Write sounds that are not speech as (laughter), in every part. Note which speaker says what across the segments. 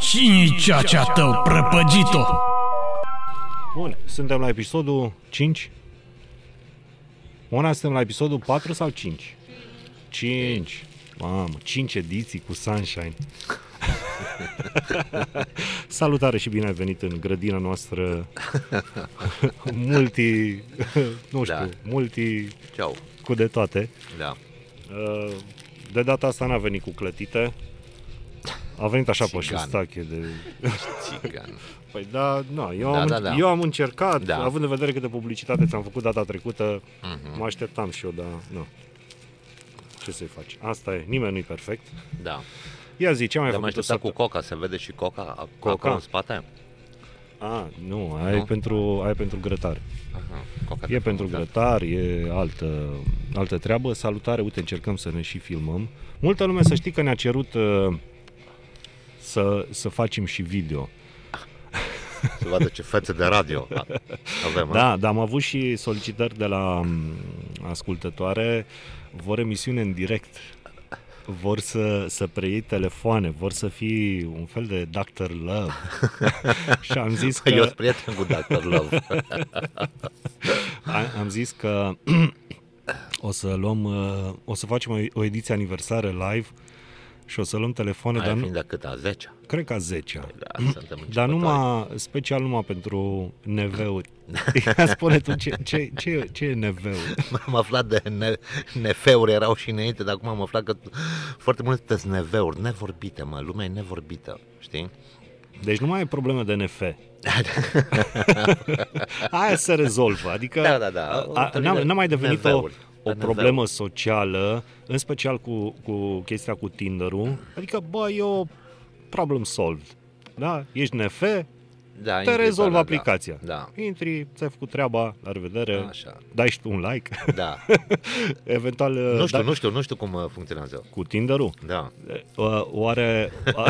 Speaker 1: Și nici acea tău prăpăgit-o!
Speaker 2: Bun, suntem la episodul 5. Mona, suntem la episodul 4 sau 5? 5. Mamă, 5 ediții cu Sunshine. (laughs) Salutare și bine ai venit în grădina
Speaker 3: (laughs)
Speaker 2: noastră multi, nu știu,
Speaker 3: Da.
Speaker 2: multi
Speaker 3: Ceau.
Speaker 2: cu de toate.
Speaker 3: Da.
Speaker 2: Uh, De data asta n-a venit cu clătite. A venit așa pe
Speaker 3: Țigan.
Speaker 2: șustache de...
Speaker 3: Țigan.
Speaker 2: Păi da, na, eu,
Speaker 3: Da,
Speaker 2: am,
Speaker 3: da, da.
Speaker 2: eu am încercat,
Speaker 3: Da. Mhm.
Speaker 2: având în vedere câtă publicitate ți-am făcut data trecută, mă așteptam și eu, dar nu. Ce să-i faci? Asta e, nimeni nu-i perfect.
Speaker 3: Da.
Speaker 2: Ia zi, ce mai ai
Speaker 3: Dar m-am
Speaker 2: făcut o
Speaker 3: așteptat cu
Speaker 2: săptămână?
Speaker 3: coca, se vede și coca, a-
Speaker 2: Coca?
Speaker 3: acolo în spate.
Speaker 2: A, Ah, nu, ai
Speaker 3: Nu?
Speaker 2: pentru, ai pentru grătar.
Speaker 3: Aha, coca
Speaker 2: E
Speaker 3: de da.
Speaker 2: pentru
Speaker 3: coca.
Speaker 2: grătar, e altă, altă treabă. Salutare, uite, încercăm să ne și filmăm. Multă lume să știi că ne-a cerut uh, să, să facem și video.
Speaker 3: Se vadă ce fețe de radio
Speaker 2: (laughs)
Speaker 3: a- avem. a?
Speaker 2: Da, dar am avut și solicitări de la m, ascultătoare. Vor emisiune în direct. Vor să, să preiei telefoane, vor să fii un fel de Dr. Love. și am zis
Speaker 3: Eu
Speaker 2: că,
Speaker 3: sunt prieten cu Dr.
Speaker 2: (laughs)
Speaker 3: Love.
Speaker 2: Da, a- am zis că (clears throat) o să luăm, uh, o să facem o- o ediție aniversară live și o să luăm telefoane,
Speaker 3: Aia
Speaker 2: dar nu,
Speaker 3: fiind de cât? A 10
Speaker 2: cred că a 10
Speaker 3: Da, suntem
Speaker 2: Dar
Speaker 3: începători. (laughs)
Speaker 2: numai, special numai pentru neveuri. (laughs) Ia spune tu ce, ce, ce, e- ce e neveul?
Speaker 3: Am aflat de ne, nefeuri, erau și înainte, dar acum am aflat că foarte multe sunteți neveuri, nevorbite, mă, lumea e nevorbită, știi?
Speaker 2: Deci nu mai e problemă de
Speaker 3: (laughs)
Speaker 2: NF. Aia se rezolvă. Adică
Speaker 3: Da, da, da.
Speaker 2: A, a, n-a, n-a mai devenit o,
Speaker 3: NV-uri.
Speaker 2: o
Speaker 3: NV-uri.
Speaker 2: problemă socială, în special cu, cu chestia cu Tinder-ul. Adică, bă, e o problem solved. Da? Ești NF,
Speaker 3: Da,
Speaker 2: te
Speaker 3: intri pe
Speaker 2: rezolvă
Speaker 3: ăla,
Speaker 2: aplicația. (laughs)
Speaker 3: Da,
Speaker 2: Intri, ți-ai făcut treaba, la revedere,
Speaker 3: Așa.
Speaker 2: dai și tu un like, (laughs)
Speaker 3: da. da.
Speaker 2: eventual
Speaker 3: Nu știu,
Speaker 2: da,
Speaker 3: nu știu, nu știu cum uh, funcționează.
Speaker 2: cu Tinder-ul.
Speaker 3: Da.
Speaker 2: Uh, Oare (laughs) uh,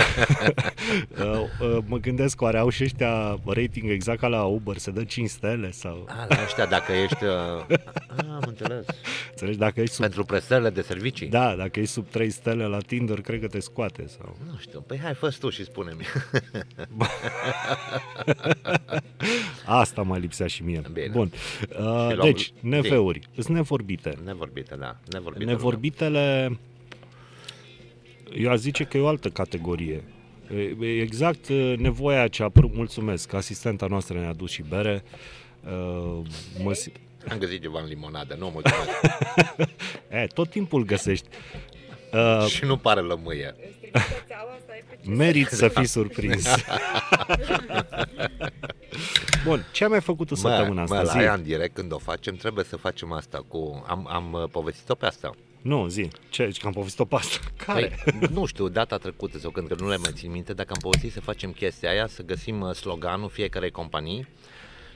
Speaker 2: uh, mă gândesc, oare au și ăștia rating exact ca la Uber, se dă 5 stele sau
Speaker 3: A, la ăștia, dacă ești... uh, A, am înțeles.
Speaker 2: înțelegi dacă ești sub,
Speaker 3: Pentru prestările de servicii?
Speaker 2: da, dacă ești sub 3 stele la Tinder, cred că te scoate sau.
Speaker 3: Nu știu, păi hai, fă tu și spune-mi. (laughs)
Speaker 2: Asta mai lipsea și mie.
Speaker 3: Bine.
Speaker 2: Bun. Uh,
Speaker 3: luăm-
Speaker 2: deci, NV-uri, sunt nevorbite.
Speaker 3: Nevorbite, da, nevorbite.
Speaker 2: Nevorbitele eu aș zice că e o altă categorie. E- e Exact uh, nevoia ce a apărut, mulțumesc, asistenta noastră ne-a dus și bere. Uh, mă, si-
Speaker 3: Am găsit ceva în limonadă, nu mulțumesc.
Speaker 2: E, tot timpul găsești. (laughs) Uh,
Speaker 3: și nu pare lămâie.
Speaker 2: merit să fii
Speaker 3: (laughs)
Speaker 2: surprins. Bun, ce ai mai făcut tu săptămâna asta?
Speaker 3: mă, la
Speaker 2: zi.
Speaker 3: aia în direct, când o facem, trebuie să facem asta cu... Am, am uh, povestit-o pe asta.
Speaker 2: Nu, zi. Ce, că am povestit-o pe asta. Care?
Speaker 3: Păi, nu știu, data trecută sau când că nu le mai țin minte, dacă am povestit să facem chestia aia, să găsim uh, sloganul fiecarei companii.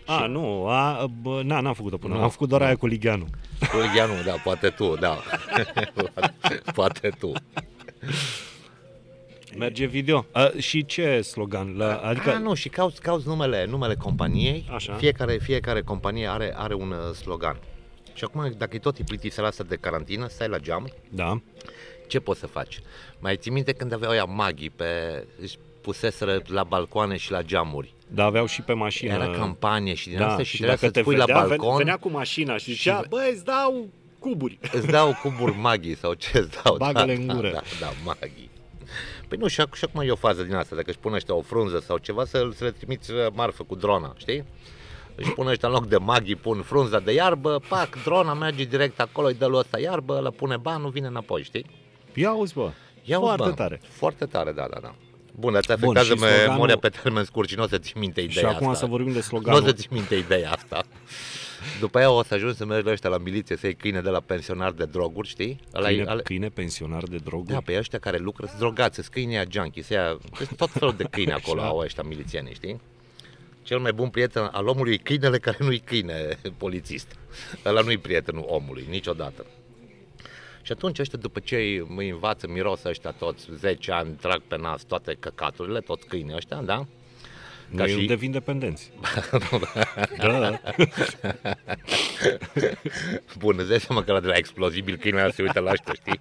Speaker 2: a, nu, a, bă, na, n-am făcut-o până.
Speaker 3: Nu,
Speaker 2: am făcut doar aia cu Ligianu.
Speaker 3: Ia nu, da, poate tu, da. (laughs) poate tu.
Speaker 2: Merge video. A, și ce slogan? La, adică,
Speaker 3: Adică... A, nu, și cauți, cauți numele, numele companiei.
Speaker 2: Așa.
Speaker 3: Fiecare, fiecare companie are, are un uh, slogan. Și acum, dacă e tot e plictiseala asta de carantină, stai la geam,
Speaker 2: Da.
Speaker 3: ce poți să faci? Mai ții minte când aveau ea maghi pe... Își puseseră la balcoane și la geamuri.
Speaker 2: Dar aveau și pe mașină.
Speaker 3: Era campanie și din
Speaker 2: Uh, da,
Speaker 3: asta
Speaker 2: și
Speaker 3: și, trebuia
Speaker 2: dacă
Speaker 3: să-ți
Speaker 2: te
Speaker 3: pui
Speaker 2: vedea,
Speaker 3: la
Speaker 2: ven-
Speaker 3: balcon,
Speaker 2: venea cu mașina și zicea,
Speaker 3: ve-
Speaker 2: bă, îți dau cuburi.
Speaker 3: îți dau cuburi maghi sau ce îți dau.
Speaker 2: Bagă-le
Speaker 3: da,
Speaker 2: în gură.
Speaker 3: Da, da, da maghi. Păi nu, și, ac- și acum e o fază din asta, dacă își pune ăștia o frunză sau ceva, să, să le trimiți uh, marfă cu drona, știi? Își pun ăștia în loc de maghi, pun frunza de iarbă, pac, drona merge direct acolo, îi dă lui ăsta iarbă, la pune banul, vine înapoi, știi?
Speaker 2: Ia uzi, bă.
Speaker 3: Ia uite,
Speaker 2: Foarte
Speaker 3: bă,
Speaker 2: tare.
Speaker 3: Foarte tare, da, da, da. Bun, dar te
Speaker 2: Bun,
Speaker 3: afectează
Speaker 2: și sloganul-
Speaker 3: memoria pe termen scurt și nu o să ții minte ideea
Speaker 2: Și acum
Speaker 3: asta.
Speaker 2: să vorbim de
Speaker 3: Nu o
Speaker 2: sloganul.
Speaker 3: să ții minte ideea asta. După aia o să ajungi să mergi la ăștia la miliție să iei câine de la pensionar de droguri, știi? Ăla e-
Speaker 2: Câine,
Speaker 3: ale-
Speaker 2: câine pensionar de droguri.
Speaker 3: Da, pe ăștia care lucră sunt drogați, sunt câinii aia junkies, aia, sunt tot felul de câini
Speaker 2: (laughs)
Speaker 3: acolo
Speaker 2: Așa.
Speaker 3: au ăștia milițieni, știi? Cel mai bun prieten al omului e câinele care nu-i câine (laughs) polițist. Ăla nu-i prietenul omului, niciodată. Și atunci ăștia, după ce îi, îi învață, miros ăștia toți 10 ani, trag pe nas toate căcaturile, toți câinii ăștia, da? Ca
Speaker 2: Ca
Speaker 3: și-
Speaker 2: și... devin
Speaker 3: (laughs)
Speaker 2: dependenți. da.
Speaker 3: Bun, îți dai seama că la de la explozibil câinele ăla se uită la ăștia, știi?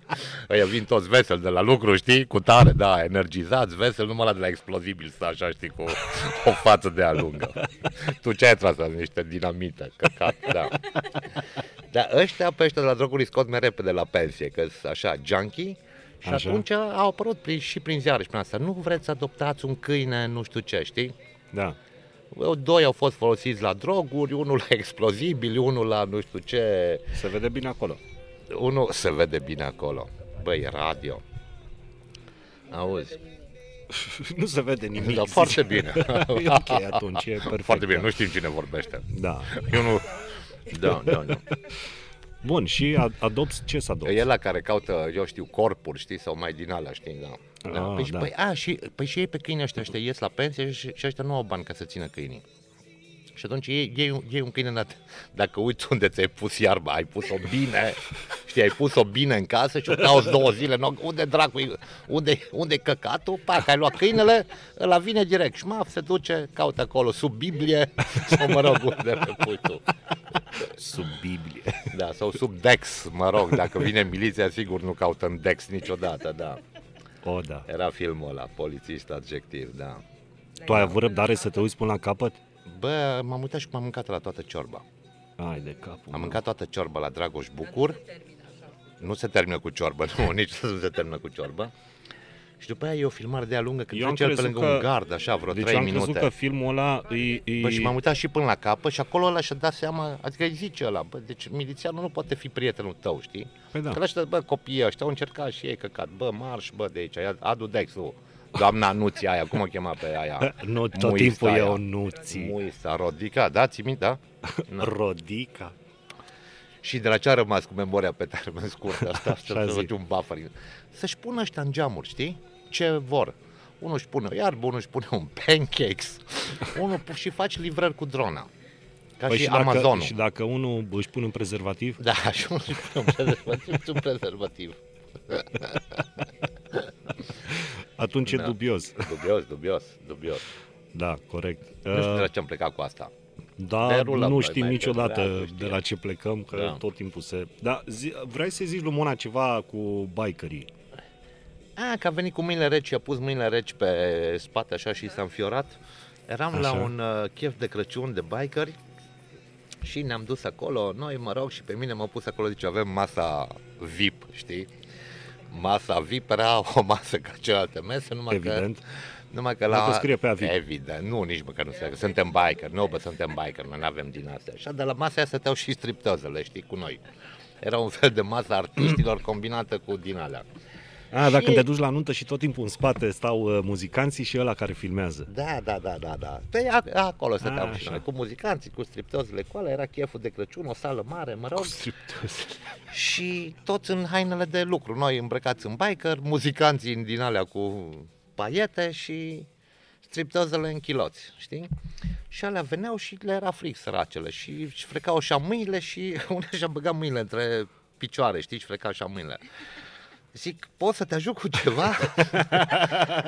Speaker 3: Ăia vin toți vesel de la lucru, știi? Cu tare, da, energizați, vesel, numai la de la explozibil stă așa, știi, cu o față de a lungă. Tu ce ai tras azi? Niște dinamită, căcat, da. Dar ăștia pe ăștia de la droguri îi scot mai repede la pensie, că sunt așa, junkie, și
Speaker 2: Așa.
Speaker 3: atunci au apărut prin, și prin ziare și prin asta. Nu vreți să adoptați un câine, nu știu ce, știi?
Speaker 2: da.
Speaker 3: Doi au fost folosiți la droguri, unul la explozibili, unul la nu știu ce
Speaker 2: Se vede bine acolo. (laughs)
Speaker 3: unul se vede bine acolo. Băi, radio. Auzi,
Speaker 2: nu se vede nimic.
Speaker 3: da,
Speaker 2: zice.
Speaker 3: foarte bine.
Speaker 2: (laughs) e ok atunci, e perfect.
Speaker 3: Foarte bine,
Speaker 2: da.
Speaker 3: nu știm cine vorbește.
Speaker 2: Da.
Speaker 3: Eu nu... Da, da, da.
Speaker 2: Bun, și ad- adopți ce să adopți?
Speaker 3: E la care caută, eu știu, corpuri, știi, sau mai din alea, știi, da. da.
Speaker 2: Ah,
Speaker 3: păi, și-
Speaker 2: da.
Speaker 3: Păi, a, și, păi și ei pe câini ăștia, ăștia ies la pensie și, și ăștia nu au bani ca să țină câinii. Și atunci iei, iei, un- iei un câine, dar dacă uiți unde ți-ai pus iarba, ai pus-o bine, știi, ai pus-o bine în casă și o cauți două zile, nu, unde dracu e- unde, unde e căcatul, pac, ai luat câinele, ăla vine direct, șmaf, se duce, caută acolo, sub Biblie, (laughs) sau mă rog, unde le pui tu.
Speaker 2: Sub Biblie. (laughs)
Speaker 3: Da, sau sub Dex, mă rog, dacă vine miliția, sigur nu caută în Dex niciodată, da.
Speaker 2: O, da.
Speaker 3: Era filmul ăla, polițist adjectiv, da.
Speaker 2: Tu ai avut răbdare să te uiți până la capăt?
Speaker 3: Bă, m-am uitat și m-am mâncat la toată ciorba.
Speaker 2: Ai de capul.
Speaker 3: Am
Speaker 2: meu.
Speaker 3: mâncat toată ciorba la Dragoș Bucur. Nu se termină cu ciorbă, nu, (laughs) nici nu se termină cu ciorbă. Și după aia e o filmare de-a lungă, când
Speaker 2: Eu am
Speaker 3: trece el pe
Speaker 2: crezut
Speaker 3: lângă
Speaker 2: că-
Speaker 3: un gard, așa, vreo
Speaker 2: deci
Speaker 3: 3
Speaker 2: am
Speaker 3: minute.
Speaker 2: crezut că filmul ăla îi... îi...
Speaker 3: Bă, și m-am uitat și până la capăt și acolo ăla și-a dat seama, adică îi zice ăla, bă, deci milițianul nu poate fi prietenul tău, știi?
Speaker 2: Păi da.
Speaker 3: Că ăștia, bă, copiii ăștia au încercat și ei căcat, bă, marș, bă, de aici, ia- adu Dexul, doamna Nuții aia, cum o chema pe aia?
Speaker 2: (laughs) Nu, tot
Speaker 3: Muista
Speaker 2: timpul e
Speaker 3: aia.
Speaker 2: o Nuții.
Speaker 3: Muista, Rodica, da, ți minte, da?
Speaker 2: Rodica.
Speaker 3: Și de la ce a rămas cu memoria pe
Speaker 2: (laughs)
Speaker 3: termen scurt asta,
Speaker 2: Așa
Speaker 3: să
Speaker 2: zic.
Speaker 3: faci un buffering. Să-și pună ăștia în geamuri, știi? Ce vor. Unul își pune o iarbă, unul își pune un (laughs) pancakes, unul pu- și faci livrări cu drona. Ca
Speaker 2: Păi
Speaker 3: și,
Speaker 2: și, dacă,
Speaker 3: (laughs) Amazonul.
Speaker 2: și dacă unul își pune un prezervativ,
Speaker 3: Da, și unul își pune un prezervativ, și un prezervativ.
Speaker 2: atunci
Speaker 3: Da.
Speaker 2: e dubios.
Speaker 3: Dubios, dubios, dubios.
Speaker 2: Da, corect.
Speaker 3: Nu știu de
Speaker 2: Uh,
Speaker 3: la ce am plecat cu asta.
Speaker 2: Da,
Speaker 3: Derulăm
Speaker 2: nu
Speaker 3: noi
Speaker 2: știm
Speaker 3: mai
Speaker 2: niciodată
Speaker 3: departe, știi.
Speaker 2: de la ce plecăm, că
Speaker 3: Da.
Speaker 2: tot timpul se... Da, zi, vrei să zici lui Mona ceva cu bikerii?
Speaker 3: A, că a venit cu mâinile reci și a pus mâinile reci pe spate așa și s-a înfiorat. Eram așa. la
Speaker 2: Așa.
Speaker 3: un uh, chef de Crăciun de bikeri și ne-am dus acolo, noi mă rog și pe mine m-a pus acolo, zice avem masa VIP, știi? Masa VIP era (laughs) o masă ca celelalte mese, numai
Speaker 2: Evident.
Speaker 3: că... Numai că
Speaker 2: Dacă
Speaker 3: la...
Speaker 2: scrie pe aviv.
Speaker 3: Evident, nu, nici măcar nu se Suntem biker, nu, bă, suntem biker, noi nu avem din astea. Așa, dar la masa aia stăteau și striptozele, știi, cu noi. Era un fel de masă a artiștilor combinată cu din alea.
Speaker 2: A, dar
Speaker 3: Și-
Speaker 2: când te duci la nuntă și tot timpul în spate stau uh, muzicanții și ăla care
Speaker 3: (laughs)
Speaker 2: filmează.
Speaker 3: Da, da, da, da, da. Păi ac- acolo stăteam
Speaker 2: A,
Speaker 3: și
Speaker 2: așa.
Speaker 3: noi, cu muzicanții, cu striptozele, cu alea, era cheful de Crăciun, o sală mare, mă rog, și toți în hainele de lucru. Noi îmbrăcați în biker, muzicanții în- din alea cu paiete și striptozele în chiloți, știi? Și alea veneau și le era fric săracele și își frecau așa mâinile și (laughs) unul și-a băgat mâinile între picioare, știi, și freca așa mâinile. Zic, pot să te ajut cu ceva? (laughs)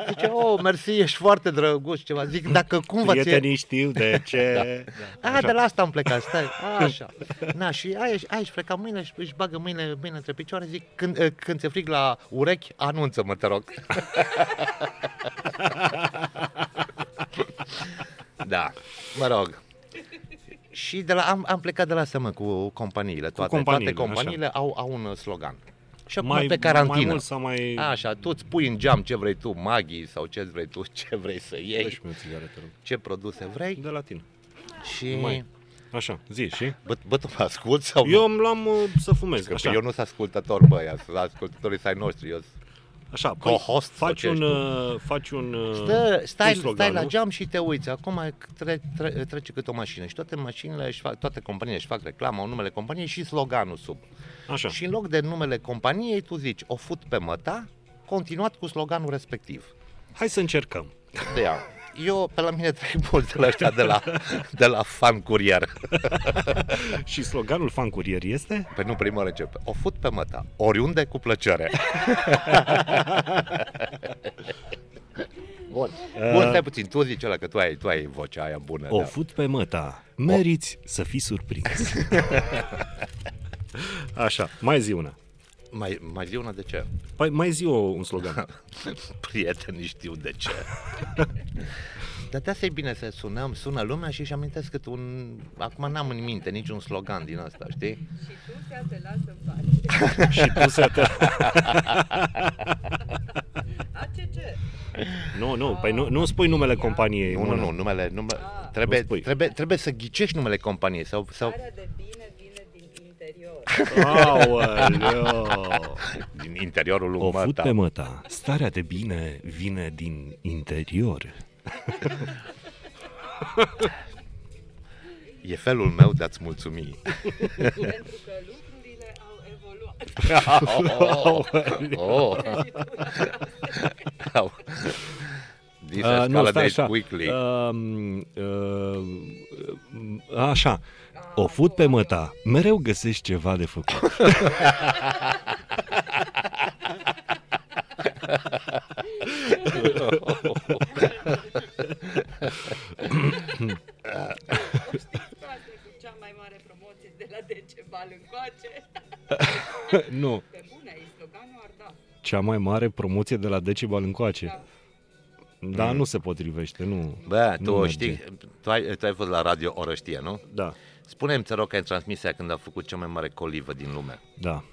Speaker 3: Zice, oh, mersi, ești foarte drăguț, ceva. Zic, dacă cumva ți-e...
Speaker 2: Prietenii știu (laughs) de ce...
Speaker 3: A, Ah, de la asta am plecat,
Speaker 2: (laughs)
Speaker 3: stai, Ah, așa. Na, și aia, își- aia își freca mâinile și își bagă mâinile, mâinile între picioare, zic, când, eh, când ți-e frig la urechi, anunță-mă,
Speaker 2: (laughs)
Speaker 3: te rog. da, mă rog. Și de la, am, am plecat de la asta, mă, cu companiile. Toate,
Speaker 2: companiile,
Speaker 3: toate companiile au, au un ă, slogan. Și acum
Speaker 2: Mai,
Speaker 3: pe carantină.
Speaker 2: mai mult sau mai...
Speaker 3: Așa, tu îți pui în geam ce vrei tu, maghi sau ce vrei tu, ce vrei să iei,
Speaker 2: Dă-și-mi o țigară, te rog.
Speaker 3: ce produse vrei
Speaker 2: De la tine.
Speaker 3: și...
Speaker 2: Da. Mai. Așa, zi și...
Speaker 3: Bă, bă tu mă asculti sau
Speaker 2: Eu
Speaker 3: nu?
Speaker 2: îmi luam uh, să fumez,
Speaker 3: Că
Speaker 2: așa,
Speaker 3: eu nu sunt ascultător, bă, eu sunt ascultătorii ai noștri. Eu... sunt-
Speaker 2: așa, păi,
Speaker 3: co-host sau
Speaker 2: faci
Speaker 3: ce
Speaker 2: un,
Speaker 3: ești
Speaker 2: uh, faci un, uh,
Speaker 3: Stă,
Speaker 2: un
Speaker 3: stai,
Speaker 2: slogan,
Speaker 3: stai la
Speaker 2: nu?
Speaker 3: geam și te uiți. Acum tre, tre, trece câte o mașină și toate mașinile, își fac, toate companiile își fac reclamă, au numele companiei și sloganul sub.
Speaker 2: Așa,
Speaker 3: Și în loc de numele companiei, tu zici, o fut pe măta, continuat cu sloganul respectiv.
Speaker 2: hai să încercăm.
Speaker 3: De ea. Eu, pe la mine, trec mult de la ăștia de la, de la fan curier. Da.
Speaker 2: Și sloganul fan curier este?
Speaker 3: Pe Păi nu primul începe. O fut pe măta, oriunde cu plăcere. Bun. (laughs) Bun, stai puțin, tu zici ăla că tu ai, tu ai vocea aia bună.
Speaker 2: O
Speaker 3: da.
Speaker 2: fut pe măta. Meriți să fii surprins. (laughs) Așa, mai zi una.
Speaker 3: Mai, mai zi una de ce? (laughs)
Speaker 2: Păi mai zi o, un slogan.
Speaker 3: Prietenii știu de ce. Dar de asta e bine să sunăm, sună lumea și își amintesc cât un... Acum n-am în minte niciun slogan din asta, știi?
Speaker 4: Și tu să te lasă în pace.
Speaker 2: (laughs) și tu să te...
Speaker 4: ACC.
Speaker 2: Nu, nu, păi nu, nu spui numele companiei.
Speaker 3: Nu, nu, nu, numele... numele trebuie,
Speaker 2: Nu spui.
Speaker 3: trebuie, trebuie să ghicești numele companiei sau... sau
Speaker 4: Starea de bine vine din interior.
Speaker 2: Aoleo.
Speaker 3: din interiorul lui
Speaker 2: O fut pe
Speaker 3: măta.
Speaker 2: măta. Starea de bine vine din interior.
Speaker 3: E felul meu de a-ți mulțumi.
Speaker 4: pentru că lucrurile au evoluat.
Speaker 3: oh, oh. Au. This uh,
Speaker 2: nu, stai
Speaker 3: escalated
Speaker 2: așa.
Speaker 3: quickly.
Speaker 2: Um, uh, așa. O fut pe măta. Mereu găsești ceva de făcut.
Speaker 4: Asta e cu cea mai mare promoție de la Decebal încoace.
Speaker 2: (laughs) nu.
Speaker 4: Pe bune, e sloganul ar da.
Speaker 2: Cea mai mare promoție de la Decibel încoace. Da, nu se potrivește, nu.
Speaker 3: Mm. Bă,
Speaker 2: nu
Speaker 3: tu
Speaker 2: merge.
Speaker 3: știi, tu ai, tu ai fost la radio Orăștie, nu?
Speaker 2: Da,
Speaker 3: Spune-mi, te rog, că ai transmisia când a făcut cea mai mare colivă din lume.
Speaker 2: da.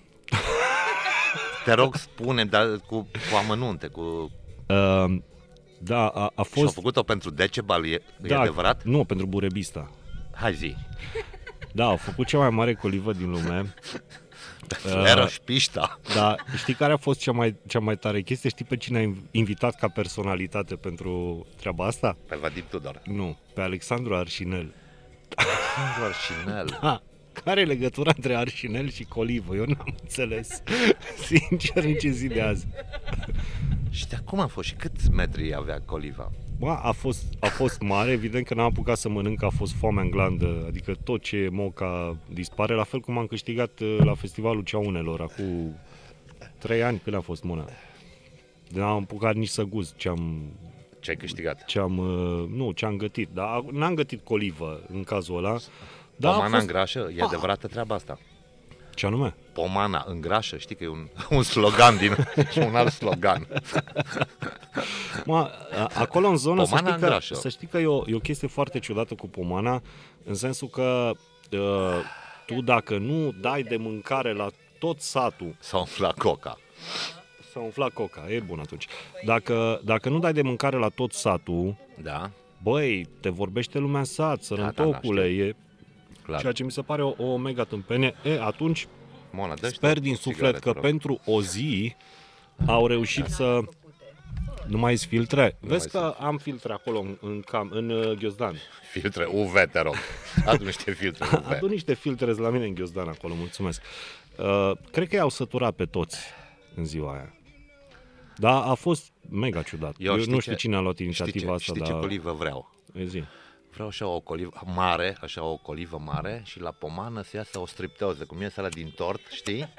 Speaker 3: Te
Speaker 2: (laughs)
Speaker 3: rog, spune dar cu, cu amănunte, cu...
Speaker 2: Uh, da, a, a
Speaker 3: Și-au
Speaker 2: fost...
Speaker 3: făcut-o pentru Decebal, e, da. e
Speaker 2: da,
Speaker 3: adevărat?
Speaker 2: Nu, pentru Burebista.
Speaker 3: Hai zi.
Speaker 2: Da, au făcut cea mai mare colivă din lume.
Speaker 3: Era
Speaker 2: Uh.
Speaker 3: și pișta.
Speaker 2: Da, știi care a fost cea mai, cea mai tare chestie? Știi pe cine ai invitat ca personalitate pentru treaba asta?
Speaker 3: Pe Vadim Tudor.
Speaker 2: Nu, pe Alexandru Arșinel.
Speaker 3: Doar Șinel.
Speaker 2: Ha, care e legătura între Arșinel și colivă? Eu n-am înțeles. (laughs) Sincer, în ce zi de azi.
Speaker 3: Și de acum a fost și câți metri avea coliva?
Speaker 2: Ba, a fost, a fost mare, evident că n-am apucat să mănânc, că a fost foame în glandă, adică tot ce e moca dispare, la fel cum am câștigat uh, la festivalul Ceaunelor acum 3 ani, când a fost mâna. N-am apucat nici să gust ce am
Speaker 3: Ce ai câștigat?
Speaker 2: ce am, uh, nu, ce am gătit, dar n-am gătit colivă în cazul ăla.
Speaker 3: Da,
Speaker 2: Dar
Speaker 3: Pomana
Speaker 2: a
Speaker 3: fost...
Speaker 2: fost... Ah.
Speaker 3: îngrașă? E adevărată treaba asta.
Speaker 2: Ce anume?
Speaker 3: Pomana îngrașă, știi că e un, (laughs) un slogan din... (laughs) un alt slogan.
Speaker 2: Ma, a- acolo în zonă să
Speaker 3: Pomana
Speaker 2: știi, că,
Speaker 3: îngrașă.
Speaker 2: să știi că e o, e o chestie foarte ciudată cu pomana, în sensul că uh, tu dacă nu dai de mâncare la tot satul,
Speaker 3: S-a umflat coca.
Speaker 2: s-a umflat coca, e bun atunci, dacă, dacă nu dai de mâncare la tot satul,
Speaker 3: Da,
Speaker 2: băi, te vorbește lumea în sat,
Speaker 3: da,
Speaker 2: sărântocule, e
Speaker 3: clar.
Speaker 2: ceea ce mi se pare o, o mega tâmpenie. E, atunci
Speaker 3: Mona, dă
Speaker 2: Sper din suflet că pentru o zi au reușit să... Nu mai sunt filtre? Vezi
Speaker 3: mai
Speaker 2: că am filtre acolo în, în, cam, în uh, ghiozdan.
Speaker 3: Filtre UV, te rog. (laughs) Adu niște filtre
Speaker 2: Adu
Speaker 3: UV.
Speaker 2: niște filtre la mine în ghiozdan acolo, mulțumesc. Uh, cred că i-au săturat pe toți în ziua aia. Da, a fost mega ciudat. Eu, Eu nu știu cine a luat
Speaker 3: știi ce,
Speaker 2: inițiativa
Speaker 3: știi
Speaker 2: asta,
Speaker 3: ce
Speaker 2: dar...
Speaker 3: colivă vreau?
Speaker 2: E zi.
Speaker 3: Vreau așa o colivă mare, așa o colivă mare și la pomană să iasă o stripteoză, cum iese la din tort, știi?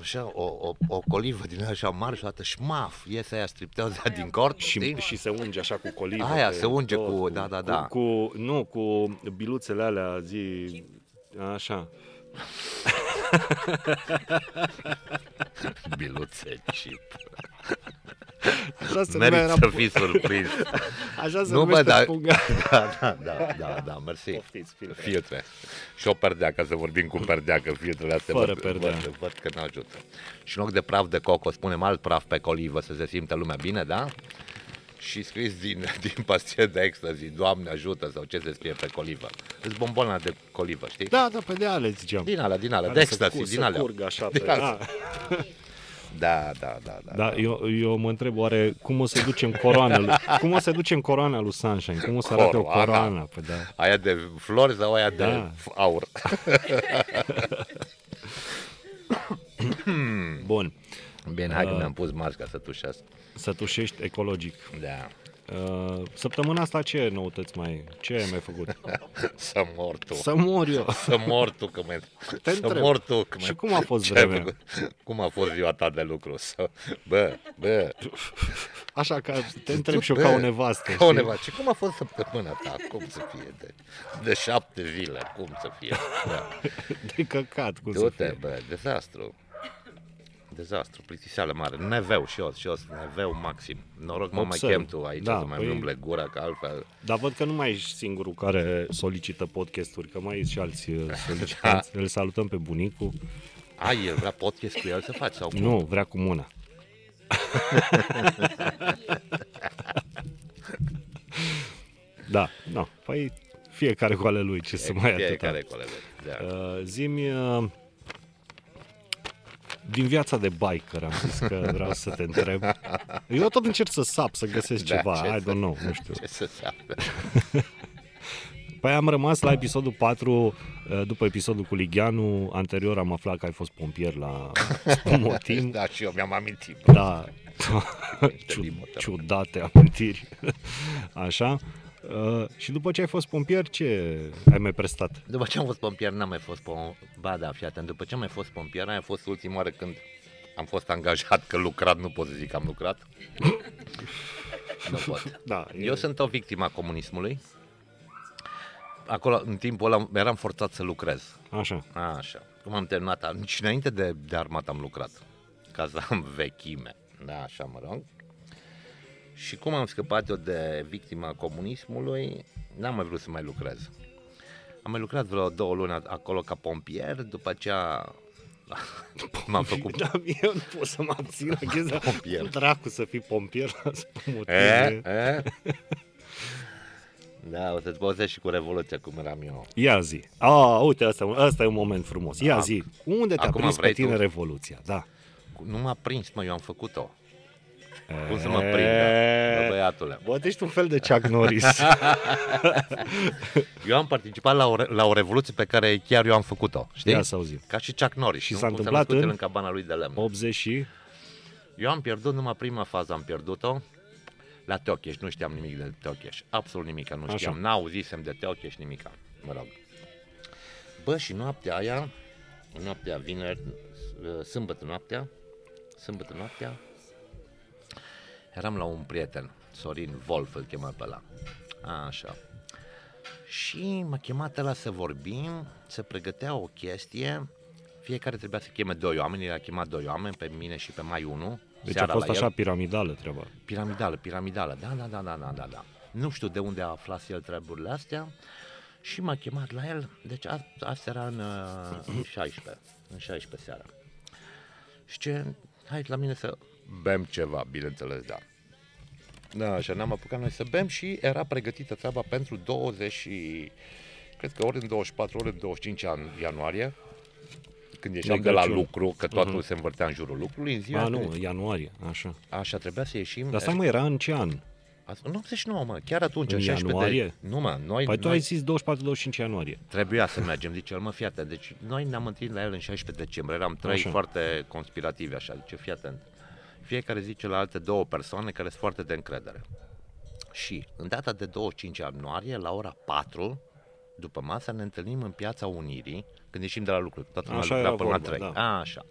Speaker 3: Așa, o, o, o colivă din aia așa mare și toată șmaf, iese aia stripteoza din cort,
Speaker 2: Și,
Speaker 3: știi?
Speaker 2: și
Speaker 3: (laughs)
Speaker 2: se unge așa cu colivă.
Speaker 3: Aia,
Speaker 2: pe
Speaker 3: se unge
Speaker 2: tot,
Speaker 3: cu- da, da, da.
Speaker 2: Cu, cu, nu, cu biluțele alea zi... Așa.
Speaker 3: Biluțe chip.
Speaker 2: Așa se numea,
Speaker 3: Merit
Speaker 2: era
Speaker 3: să fii
Speaker 2: (laughs)
Speaker 3: surprins.
Speaker 2: Așa se
Speaker 3: Nu,
Speaker 2: nu,
Speaker 3: bă,
Speaker 2: numește
Speaker 3: dar-
Speaker 2: da.
Speaker 3: (laughs)
Speaker 2: punga.
Speaker 3: da, da, da, da, da, mersi.
Speaker 2: Poftiți, filtre.
Speaker 3: Filtre. Și o perdea, ca să vorbim cu perdea, că filtrele astea
Speaker 2: Fără
Speaker 3: văd,
Speaker 2: perdea.
Speaker 3: Văd, văd, că ne ajută. Și în loc de praf de coco, spunem alt praf pe colivă să se simtă lumea bine, da? Și scris din, (laughs) din pastil de ecstasy, Doamne ajută, sau ce se scrie pe colivă. Îți bombona de colivă, știi?
Speaker 2: Da, da, pe de ale ziceam.
Speaker 3: Din alea, din alea,
Speaker 2: Care
Speaker 3: de
Speaker 2: să
Speaker 3: ecstasy,
Speaker 2: cur-
Speaker 3: din
Speaker 2: să
Speaker 3: alea.
Speaker 2: curgă așa pe...
Speaker 3: Din alea.
Speaker 2: Da,
Speaker 3: Da, da, da, da.
Speaker 2: da eu, eu mă întreb oare cum o să ducem coroana lui,
Speaker 3: (laughs)
Speaker 2: cum o să ducem coroana lui Sunshine, cum o să arate o
Speaker 3: Coroana.
Speaker 2: coroană, pe da.
Speaker 3: Aia de flori sau aia de
Speaker 2: Da.
Speaker 3: f- aur.
Speaker 2: (laughs) Bun,
Speaker 3: Hmm. Bine, hai că mi-am pus masca să tușesc.
Speaker 2: să tușești ecologic.
Speaker 3: Da.
Speaker 2: Uh, săptămâna asta ce noutăți mai ai? Ce ai mai
Speaker 3: (laughs)
Speaker 2: făcut?
Speaker 3: Să mor tu.
Speaker 2: Să mor eu.
Speaker 3: Să mor tu că mă...
Speaker 2: Te
Speaker 3: să
Speaker 2: întreb.
Speaker 3: mor tu că
Speaker 2: Și
Speaker 3: mă-
Speaker 2: cum a fost
Speaker 3: ce ai
Speaker 2: vremea?
Speaker 3: făcut? Cum a fost ziua ta de lucru? Să... Bă, bă,
Speaker 2: Așa că te întreb și eu
Speaker 3: bă,
Speaker 2: ca o nevastă.
Speaker 3: Ca o
Speaker 2: știi?
Speaker 3: nevastă. Și cum a fost săptămâna ta? Cum să fie? De, de șapte zile, cum să fie? Da.
Speaker 2: De căcat, (laughs) cum să
Speaker 3: Du-te,
Speaker 2: fie.
Speaker 3: bă, dezastru. Dezastru, plictiseală mare. Neveu și eu, și eu sunt neveu maxim. Noroc mă mai
Speaker 2: Observ.
Speaker 3: chem tu aici
Speaker 2: Da,
Speaker 3: da, să mai
Speaker 2: păi-
Speaker 3: păi... umble gura, că altfel...
Speaker 2: (laughs) Dar văd că nu mai ești singurul care solicită podcasturi, că mai ești și alți uh, solicitanți. Îl salutăm pe bunicul.
Speaker 3: A, el vrea podcast cu el să faci sau cum?
Speaker 2: Nu, vrea cu
Speaker 3: (laughs)
Speaker 2: mâna. da, nu. Păi fiecare cu ale lui, ce să mai atâta.
Speaker 3: Fiecare colegă. Da.
Speaker 2: Uh, Zimi, uh, din viața de biker am zis că vreau să te întreb. Eu tot încerc să sap, să găsesc
Speaker 3: Da,
Speaker 2: ceva,
Speaker 3: ce
Speaker 2: I don't
Speaker 3: să-
Speaker 2: know, nu știu.
Speaker 3: (laughs) Ce să seamănă?
Speaker 2: Păi am rămas la episodul 4, uh, după episodul cu Ligianu, anterior am aflat că ai fost pompier
Speaker 3: (laughs)
Speaker 2: la Spumotim.
Speaker 3: Da, și eu mi-am amintit. bă.
Speaker 2: Da, (laughs) Ciu-
Speaker 3: limotă.
Speaker 2: ciudate amintiri. (laughs) Așa. Uh, și după ce ai fost pompier, ce ai mai prestat?
Speaker 3: După ce am fost pompier, n-am mai fost pompier. Ba da, fii atent, după ce am mai fost pompier, aia a fost ultima oară când am fost angajat, că lucrat, nu pot să zic că am lucrat. nu pot.
Speaker 2: Da,
Speaker 3: Eu sunt o victimă a comunismului. Acolo, în timpul ăla, eram forțat să lucrez.
Speaker 2: Așa.
Speaker 3: Așa. Cum am terminat, a- și înainte de, de armat am lucrat. Ca să am (laughs) vechime. Da, așa mă rog. Și cum am scăpat eu de victima comunismului, n-am mai vrut să mai lucrez. Am mai lucrat vreo două luni acolo ca pompier, după aceea (laughs) m-am
Speaker 2: (laughs)
Speaker 3: făcut...
Speaker 2: Da, eu nu pot să mă (laughs) abțin la chestia.
Speaker 3: Pompier.
Speaker 2: Cum Dracu să fii pompier (laughs) la Spumotim.
Speaker 3: E? E? Da, o să-ți povestesc și cu Revoluția cum eram eu.
Speaker 2: Ia zi. A, uite, asta, asta e un moment frumos. Ia
Speaker 3: Ac-
Speaker 2: zi. Unde te-a
Speaker 3: acum
Speaker 2: prins pe
Speaker 3: vrei
Speaker 2: tine
Speaker 3: tu?
Speaker 2: Revoluția? Da.
Speaker 3: Nu m-a prins, mă, eu am făcut-o. Cum să mă prindă, bă, băiatule?
Speaker 2: Bă, ești un fel de Chuck Norris. (laughs)
Speaker 3: Eu am participat la o, re- la o revoluție pe care chiar eu am făcut-o, știi?
Speaker 2: Ia să auzim.
Speaker 3: Ca și Chuck Norris. Și
Speaker 2: s-a întâmplat
Speaker 3: în...
Speaker 2: în-
Speaker 3: în cabana lui de lemn.
Speaker 2: 80 și...
Speaker 3: Eu am pierdut numai prima fază, am pierdut-o la Teocheș. Nu știam nimic de Teocheș. Absolut nimic, nu
Speaker 2: Așa.
Speaker 3: știam. N-auzisem de Teocheș nimic. Mă rog. Bă, și noaptea aia, noaptea vineri, s- sâmbătă noaptea, sâmbătă noaptea, eram la un prieten, Sorin Wolf îl chema pe ăla. Așa. Și m-a chemat ăla să vorbim, se pregătea o chestie, fiecare trebuia să cheme doi oameni, el a chemat doi oameni, pe mine și pe mai unul.
Speaker 2: Deci
Speaker 3: seara
Speaker 2: a fost
Speaker 3: la el.
Speaker 2: așa piramidală treaba.
Speaker 3: Piramidală, piramidală, da, da, da, da, da, da, da. Nu știu de unde a aflat el treburile astea și m-a chemat la el, deci a- asta era în, uh, în 16, în 16 seara. Și ce, hai la mine să bem ceva, bineînțeles, da. Da, așa ne-am apucat noi să bem și era pregătită treaba pentru 20 și, cred că ori în 24, ori în 25 ian- ianuarie, când ieșeam de,
Speaker 2: De
Speaker 3: la
Speaker 2: Crăciun.
Speaker 3: lucru, că totul uh-huh. se învârtea în jurul lucrului, în ziua
Speaker 2: Mhm. Ba nu, ianuarie, așa.
Speaker 3: Așa, trebuia să ieșim.
Speaker 2: Dar stai mă, era în ce an?
Speaker 3: Azi- În 89, mă, chiar atunci,
Speaker 2: În
Speaker 3: în 16
Speaker 2: ianuarie?
Speaker 3: De... Nu, mă, noi,
Speaker 2: Păi tu
Speaker 3: noi
Speaker 2: ai zis 24-25 ianuarie.
Speaker 3: trebuia să mergem, zice el, mă, fii atent. Deci noi ne-am întâlnit la el în 16 decembrie, eram trei
Speaker 2: Așa.
Speaker 3: așa. foarte conspirativi, așa, zice, fii atent. Fiecare zice la alte două persoane care sunt foarte de încredere. Și în data de 25 ianuarie, la ora 4, după masă, ne întâlnim în Piața Unirii, când ieșim de la lucru. Toată lumea
Speaker 2: Așa
Speaker 3: lucra
Speaker 2: era
Speaker 3: până la
Speaker 2: vorba,
Speaker 3: 3. Da. Așa.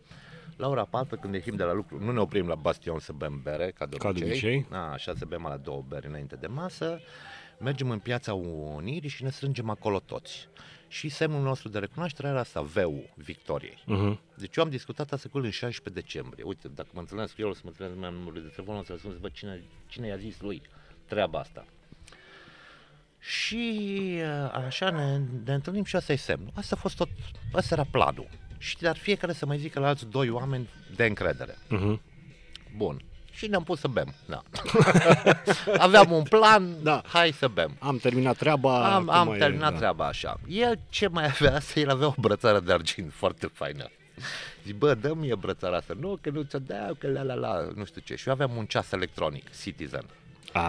Speaker 3: La ora 4, când ieșim de la lucru, nu ne oprim la Bastion să bem bere, ca de
Speaker 2: Ca de
Speaker 3: obicei.
Speaker 2: obicei.
Speaker 3: A, așa să bem la două beri înainte de masă. Mergem în Piața Unirii și ne strângem acolo toți. Și semnul nostru de recunoaștere era asta, VU, Victoriei.
Speaker 2: Uh-huh.
Speaker 3: Deci eu am discutat asta cu el în 16 decembrie. Uite, dacă mă întâlnesc cu el, o să mă întâlnesc mai numărul de telefon, o să răspund, bă, cine, cine i-a zis lui treaba asta. Și uh, așa ne, ne întâlnim și asta e semnul. Asta a fost tot, asta era planul. Și dar fiecare să mai zică la alți doi oameni de încredere.
Speaker 2: Mhm.
Speaker 3: Bun. Și ne-am pus să bem. Da. (laughs) Aveam un plan,
Speaker 2: Da.
Speaker 3: da. hai să bem.
Speaker 2: Am terminat treaba.
Speaker 3: Am,
Speaker 2: acum
Speaker 3: am
Speaker 2: e-
Speaker 3: terminat
Speaker 2: da.
Speaker 3: treaba așa. El ce mai avea asta? El avea o brățară de argint foarte faină. Zic, bă, dă mi brățara asta. Nu, că nu ți-o dau, că la la la, nu știu ce. Și eu aveam un ceas electronic, Citizen.
Speaker 2: A,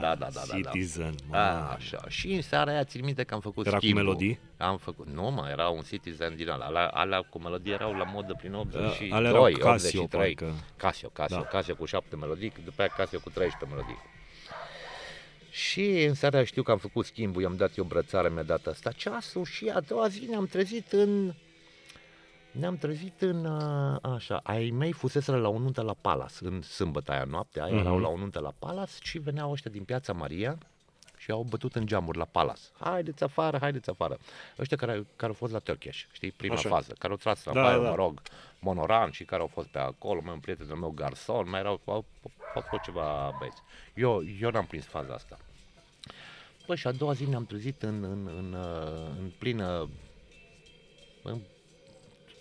Speaker 3: Da, da, da, da, Ah. da.
Speaker 2: Da. Citizen. mă.
Speaker 3: A, așa. Și în seara aia, țin minte că am făcut
Speaker 2: Era cu
Speaker 3: schimbul.
Speaker 2: melodii?
Speaker 3: Am făcut, nu mă, era un Citizen din ala. Ala, ala cu melodii erau la modă prin 82,
Speaker 2: alea erau Casio,
Speaker 3: 83.
Speaker 2: parcă.
Speaker 3: Casio, Casio,
Speaker 2: Da.
Speaker 3: Casio cu 7 melodii, după aia Casio cu 13 melodii. Și în seara știu că am făcut schimbul, i-am dat eu brățară, mi-a dat asta ceasul și a doua zi ne-am trezit în... Ne-am trezit în, uh, așa, ai mei fuseseră la o nuntă la Palace, în sâmbătă aia noaptea, aia
Speaker 2: Mhm.
Speaker 3: erau la o nuntă la Palace și veneau ăștia din Piața Maria și au bătut în geamuri la Palace. Haideți afară, haideți afară. Ăștia care, care au fost la Tăcheș, știi, prima
Speaker 2: Așa.
Speaker 3: Așa. fază, care au tras la
Speaker 2: Da,
Speaker 3: da, baie,
Speaker 2: da, da.
Speaker 3: mă rog, Monoran și care au fost pe acolo, mai un prieten de meu, Garson, mai erau, au, au fost ceva băieți. Eu, eu n-am prins faza asta. Bă, și a doua zi ne-am trezit în, în, în, uh, în plină... În,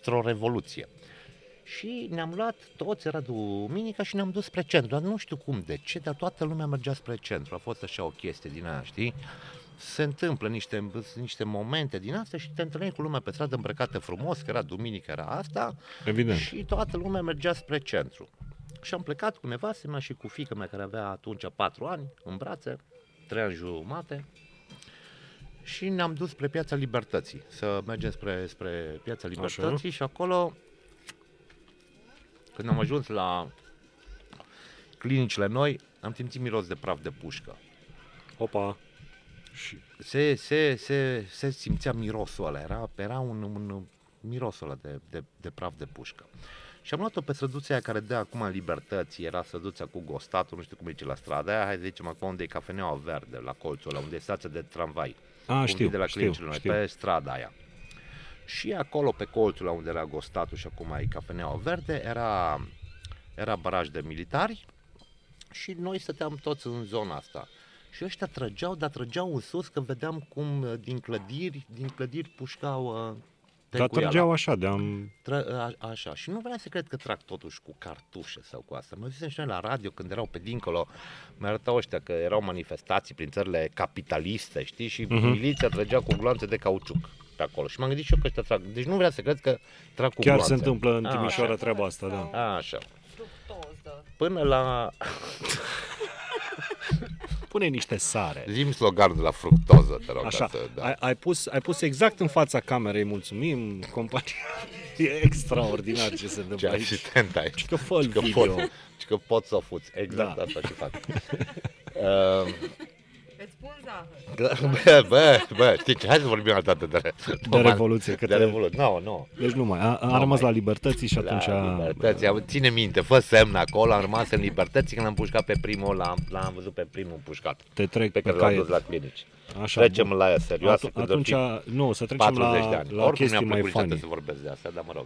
Speaker 3: într-o revoluție. Și ne-am luat toți, era duminica și ne-am dus spre centru, dar nu știu cum, de ce, dar toată lumea mergea spre centru, a fost așa o chestie din aia, știi? Se întâmplă niște, niște momente din astea și te întâlneai cu lumea pe stradă îmbrăcată frumos, că era duminică, era asta,
Speaker 2: Evident.
Speaker 3: și toată lumea mergea spre centru. Și am plecat cu nevastă mea și cu fiica mea care avea atunci 4 ani în brațe, 3 ani jumate. Și ne-am dus spre Piața Libertății, să mergem spre, spre Piața Libertății Așa. și acolo, când am ajuns la clinicile noi, am simțit miros de praf de pușcă
Speaker 2: Opa. Și
Speaker 3: se, se, se, se simțea mirosul ăla, era, era un, un mirosul ăla de, de, de praf de pușcă. Și am luat-o pe străduța aia care dă acum libertății, era străduța cu gostatul, nu știu cum e ce la strada aia, hai să zicem acolo unde e cafeneaua verde, la colțul ăla, unde e stația de tramvai.
Speaker 2: A,
Speaker 3: cum
Speaker 2: Ah, știu,
Speaker 3: vii de la
Speaker 2: știu,
Speaker 3: clinicile noi, Păi
Speaker 2: știu.
Speaker 3: pe strada aia. Și acolo, pe colțul ăla unde era gostatul și acum e cafeneaua verde, era, era baraj de militari și noi stăteam toți în zona asta. Și ăștia trăgeau, dar trăgeau în sus, că vedeam cum uh, din clădiri, din clădiri pușcau uh,
Speaker 2: Dar
Speaker 3: tecuiala.
Speaker 2: trăgeau așa de am...
Speaker 3: Tră, a, așa. Și nu vrea să cred că trag totuși cu cartușe sau cu asta. Mă zisem și noi la radio când erau pe dincolo, mi arătau ăștia că erau manifestații prin țările capitaliste, știi, și
Speaker 2: Mhm.
Speaker 3: uh-huh. miliția trăgea cu gloanțe de cauciuc pe acolo. Și m-am gândit și eu că ăștia trag. Deci nu vrea să cred că trag cu
Speaker 2: Chiar
Speaker 3: gloanțe.
Speaker 2: se întâmplă în
Speaker 3: A,
Speaker 2: Timișoara
Speaker 4: așa.
Speaker 2: treaba asta, da.
Speaker 3: A, așa.
Speaker 4: Fructoză.
Speaker 3: Până la... (laughs)
Speaker 2: Pune niște sare.
Speaker 3: Zim sloganul de la fructoză, te rog.
Speaker 2: Așa,
Speaker 3: ca să- da.
Speaker 2: ai, ai, pus, ai pus exact în fața camerei, mulțumim, compania. (laughs) E extraordinar ce se
Speaker 3: Ce
Speaker 2: întâmplă aici.
Speaker 3: asistent ai.
Speaker 2: Că fă
Speaker 3: că
Speaker 2: video.
Speaker 3: (laughs) pot, și că pot să o fuți. Exact
Speaker 2: Da.
Speaker 3: asta și
Speaker 2: (laughs)
Speaker 3: fac. Uh,
Speaker 4: Îți pun zahăr.
Speaker 3: Bă, bă, bă, știi ce? Hai să vorbim altă dată de,
Speaker 2: De revoluție, că
Speaker 3: De
Speaker 2: te-
Speaker 3: revoluție, nu, no, nu.
Speaker 2: Deci nu mai, a, a rămas la libertății și atunci... da.
Speaker 3: La
Speaker 2: a-
Speaker 3: libertăți, am- ține minte, fă semn acolo, am rămas în libertății când am pușcat pe primul, l-am, l-am văzut pe primul pușcat,
Speaker 2: Te trec
Speaker 3: pe
Speaker 2: pe
Speaker 3: care l-am
Speaker 2: caiet.
Speaker 3: dus la clinici.
Speaker 2: Așa,
Speaker 3: Trecem
Speaker 2: bun.
Speaker 3: la aia serioasă,
Speaker 2: Atu-
Speaker 3: când o
Speaker 2: atunci,
Speaker 3: fi
Speaker 2: nu, să trecem
Speaker 3: 40
Speaker 2: la,
Speaker 3: de ani.
Speaker 2: la
Speaker 3: Oricum
Speaker 2: chestii
Speaker 3: mi-a
Speaker 2: mai
Speaker 3: plăcut atât să
Speaker 2: funny.
Speaker 3: vorbesc de asta, dar mă rog.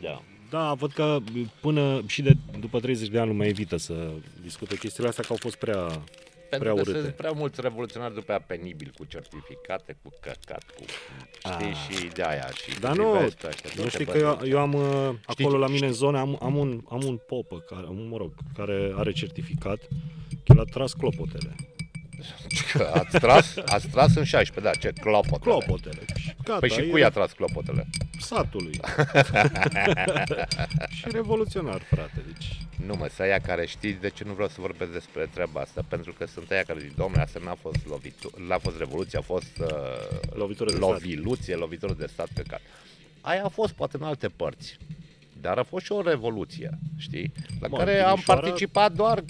Speaker 3: Da.
Speaker 2: Da, văd că până și de, după 30 de ani lumea evită să discute chestiile astea, că au fost prea, prea
Speaker 3: Pentru că
Speaker 2: urâte.
Speaker 3: sunt prea mulți revoluționari după aia penibili cu certificate, cu căcat, cu știi și de aia și
Speaker 2: Ah. Dar
Speaker 3: cu
Speaker 2: nu,
Speaker 3: Silvestru, ăștia,
Speaker 2: nu
Speaker 3: toate
Speaker 2: știi că eu,
Speaker 3: băieții.
Speaker 2: eu am uh, acolo la mine în zonă, am, am, un, am un popă, care, un, mă rog, care are certificat, că l-a tras clopotele.
Speaker 3: (laughs) Că ați tras, ați tras în 16, da, ce clopotele.
Speaker 2: Clopotele. Și Gata,
Speaker 3: Păi și
Speaker 2: da, e
Speaker 3: cui a tras clopotele? (laughs)
Speaker 2: Satului. și revoluționar, frate, deci...
Speaker 3: Nu mă, să aia care știți de ce nu vreau să vorbesc despre treaba asta, pentru că sunt aia care zic, domnule, asta n-a fost lovitu- n-a fost revoluție, a fost uh,
Speaker 2: Lovitură de
Speaker 3: loviluție, lovitură de stat pe care. Aia a fost poate în alte părți, dar a fost și o revoluție, știi? La
Speaker 2: Bă,
Speaker 3: care
Speaker 2: în
Speaker 3: am
Speaker 2: Timișoara-
Speaker 3: participat doar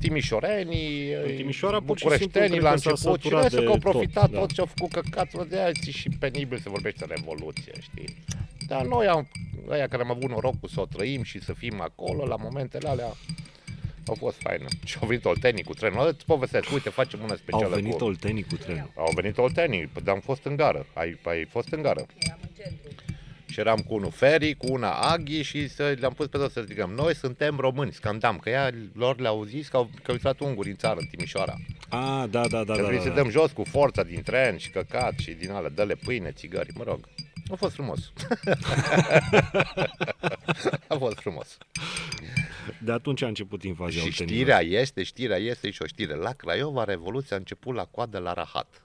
Speaker 3: timișorenii,
Speaker 2: În Timișoara, pur și
Speaker 3: bucureștenii
Speaker 2: simplu,
Speaker 3: la
Speaker 2: cred că s-a
Speaker 3: început și
Speaker 2: săturat
Speaker 3: restul
Speaker 2: de
Speaker 3: că au
Speaker 2: tot,
Speaker 3: profitat
Speaker 2: da.
Speaker 3: tot, ce au făcut căcatul de aia și penibil să vorbește de revoluție, știi? Dar noi, am, aia care am avut norocul să o trăim și să fim acolo, la momentele alea, au fost faină. (laughs) Și au venit oltenii cu trenul. Îți povestesc, uite, facem una
Speaker 2: Au
Speaker 3: specială
Speaker 2: venit
Speaker 3: cu...
Speaker 2: oltenii cu trenul.
Speaker 3: Au venit oltenii, p- dar am fost în gară. Ai, ai fost în gară.
Speaker 4: Eram în centru.
Speaker 3: Și eram cu unul Ferry, cu una Aghi și să, le-am pus pe toți să zicem, noi suntem români, scandam, că ea, lor le-au zis că au, că au intrat unguri în țară, în Timișoara.
Speaker 2: A, da, da, da,
Speaker 3: Da,
Speaker 2: da,
Speaker 3: trebuie
Speaker 2: da,
Speaker 3: să
Speaker 2: da.
Speaker 3: dăm jos cu forța din tren și căcat și din alea, dă-le pâine, țigări, mă rog. A fost frumos. (laughs) a fost frumos.
Speaker 2: De atunci a început invazia
Speaker 3: Și
Speaker 2: oltenilor.
Speaker 3: știrea este, știrea este și o știre. La Craiova Revoluția a început la coadă la
Speaker 2: (laughs)
Speaker 3: Rahat.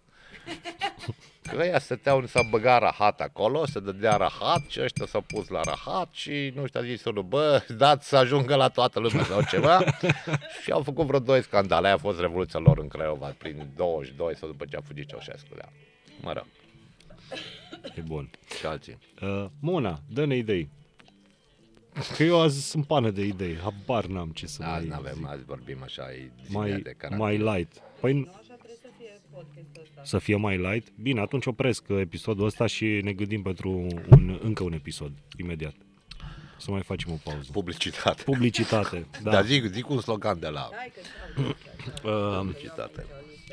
Speaker 3: Că ăia stăteau, s-a băgat rahat acolo, se dădea rahat și ăștia s-au pus la rahat și nu știu, a zis unul, bă, dați să ajungă la toată lumea sau
Speaker 2: (laughs)
Speaker 3: ceva. și au făcut vreo doi scandale, aia a fost revoluția lor în Craiova prin 22 sau după ce a fugit Ceaușescu, da. Mă rog,
Speaker 2: E bun.
Speaker 3: și alții.
Speaker 2: Uh, Mona, dă-ne idei. Că eu azi sunt pană de idei, habar n-am ce să mai
Speaker 3: Azi nu avem,
Speaker 2: zic.
Speaker 3: azi vorbim așa, e mai,
Speaker 2: mai,
Speaker 3: de caracter.
Speaker 2: mai light. Păi
Speaker 4: Așa trebuie să fie podcastul ăsta.
Speaker 2: să fie mai light. Bine, atunci opresc uh, episodul ăsta și ne gândim pentru un, încă un episod, imediat. Să mai facem o pauză.
Speaker 3: Publicitate. (laughs)
Speaker 2: Publicitate,
Speaker 3: Da.
Speaker 2: da.
Speaker 3: Dar zic, zic un slogan de la
Speaker 4: Hai că stau.
Speaker 2: Uh,
Speaker 3: publicitate.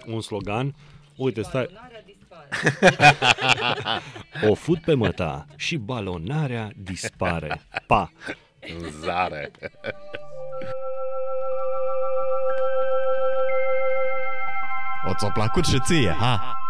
Speaker 2: un slogan. Uite, stai,
Speaker 4: Adunarea dispare.
Speaker 2: o fut pe măta și balonarea dispare. Pa!
Speaker 3: În zare.
Speaker 5: O ți-a plăcut și ție, ha?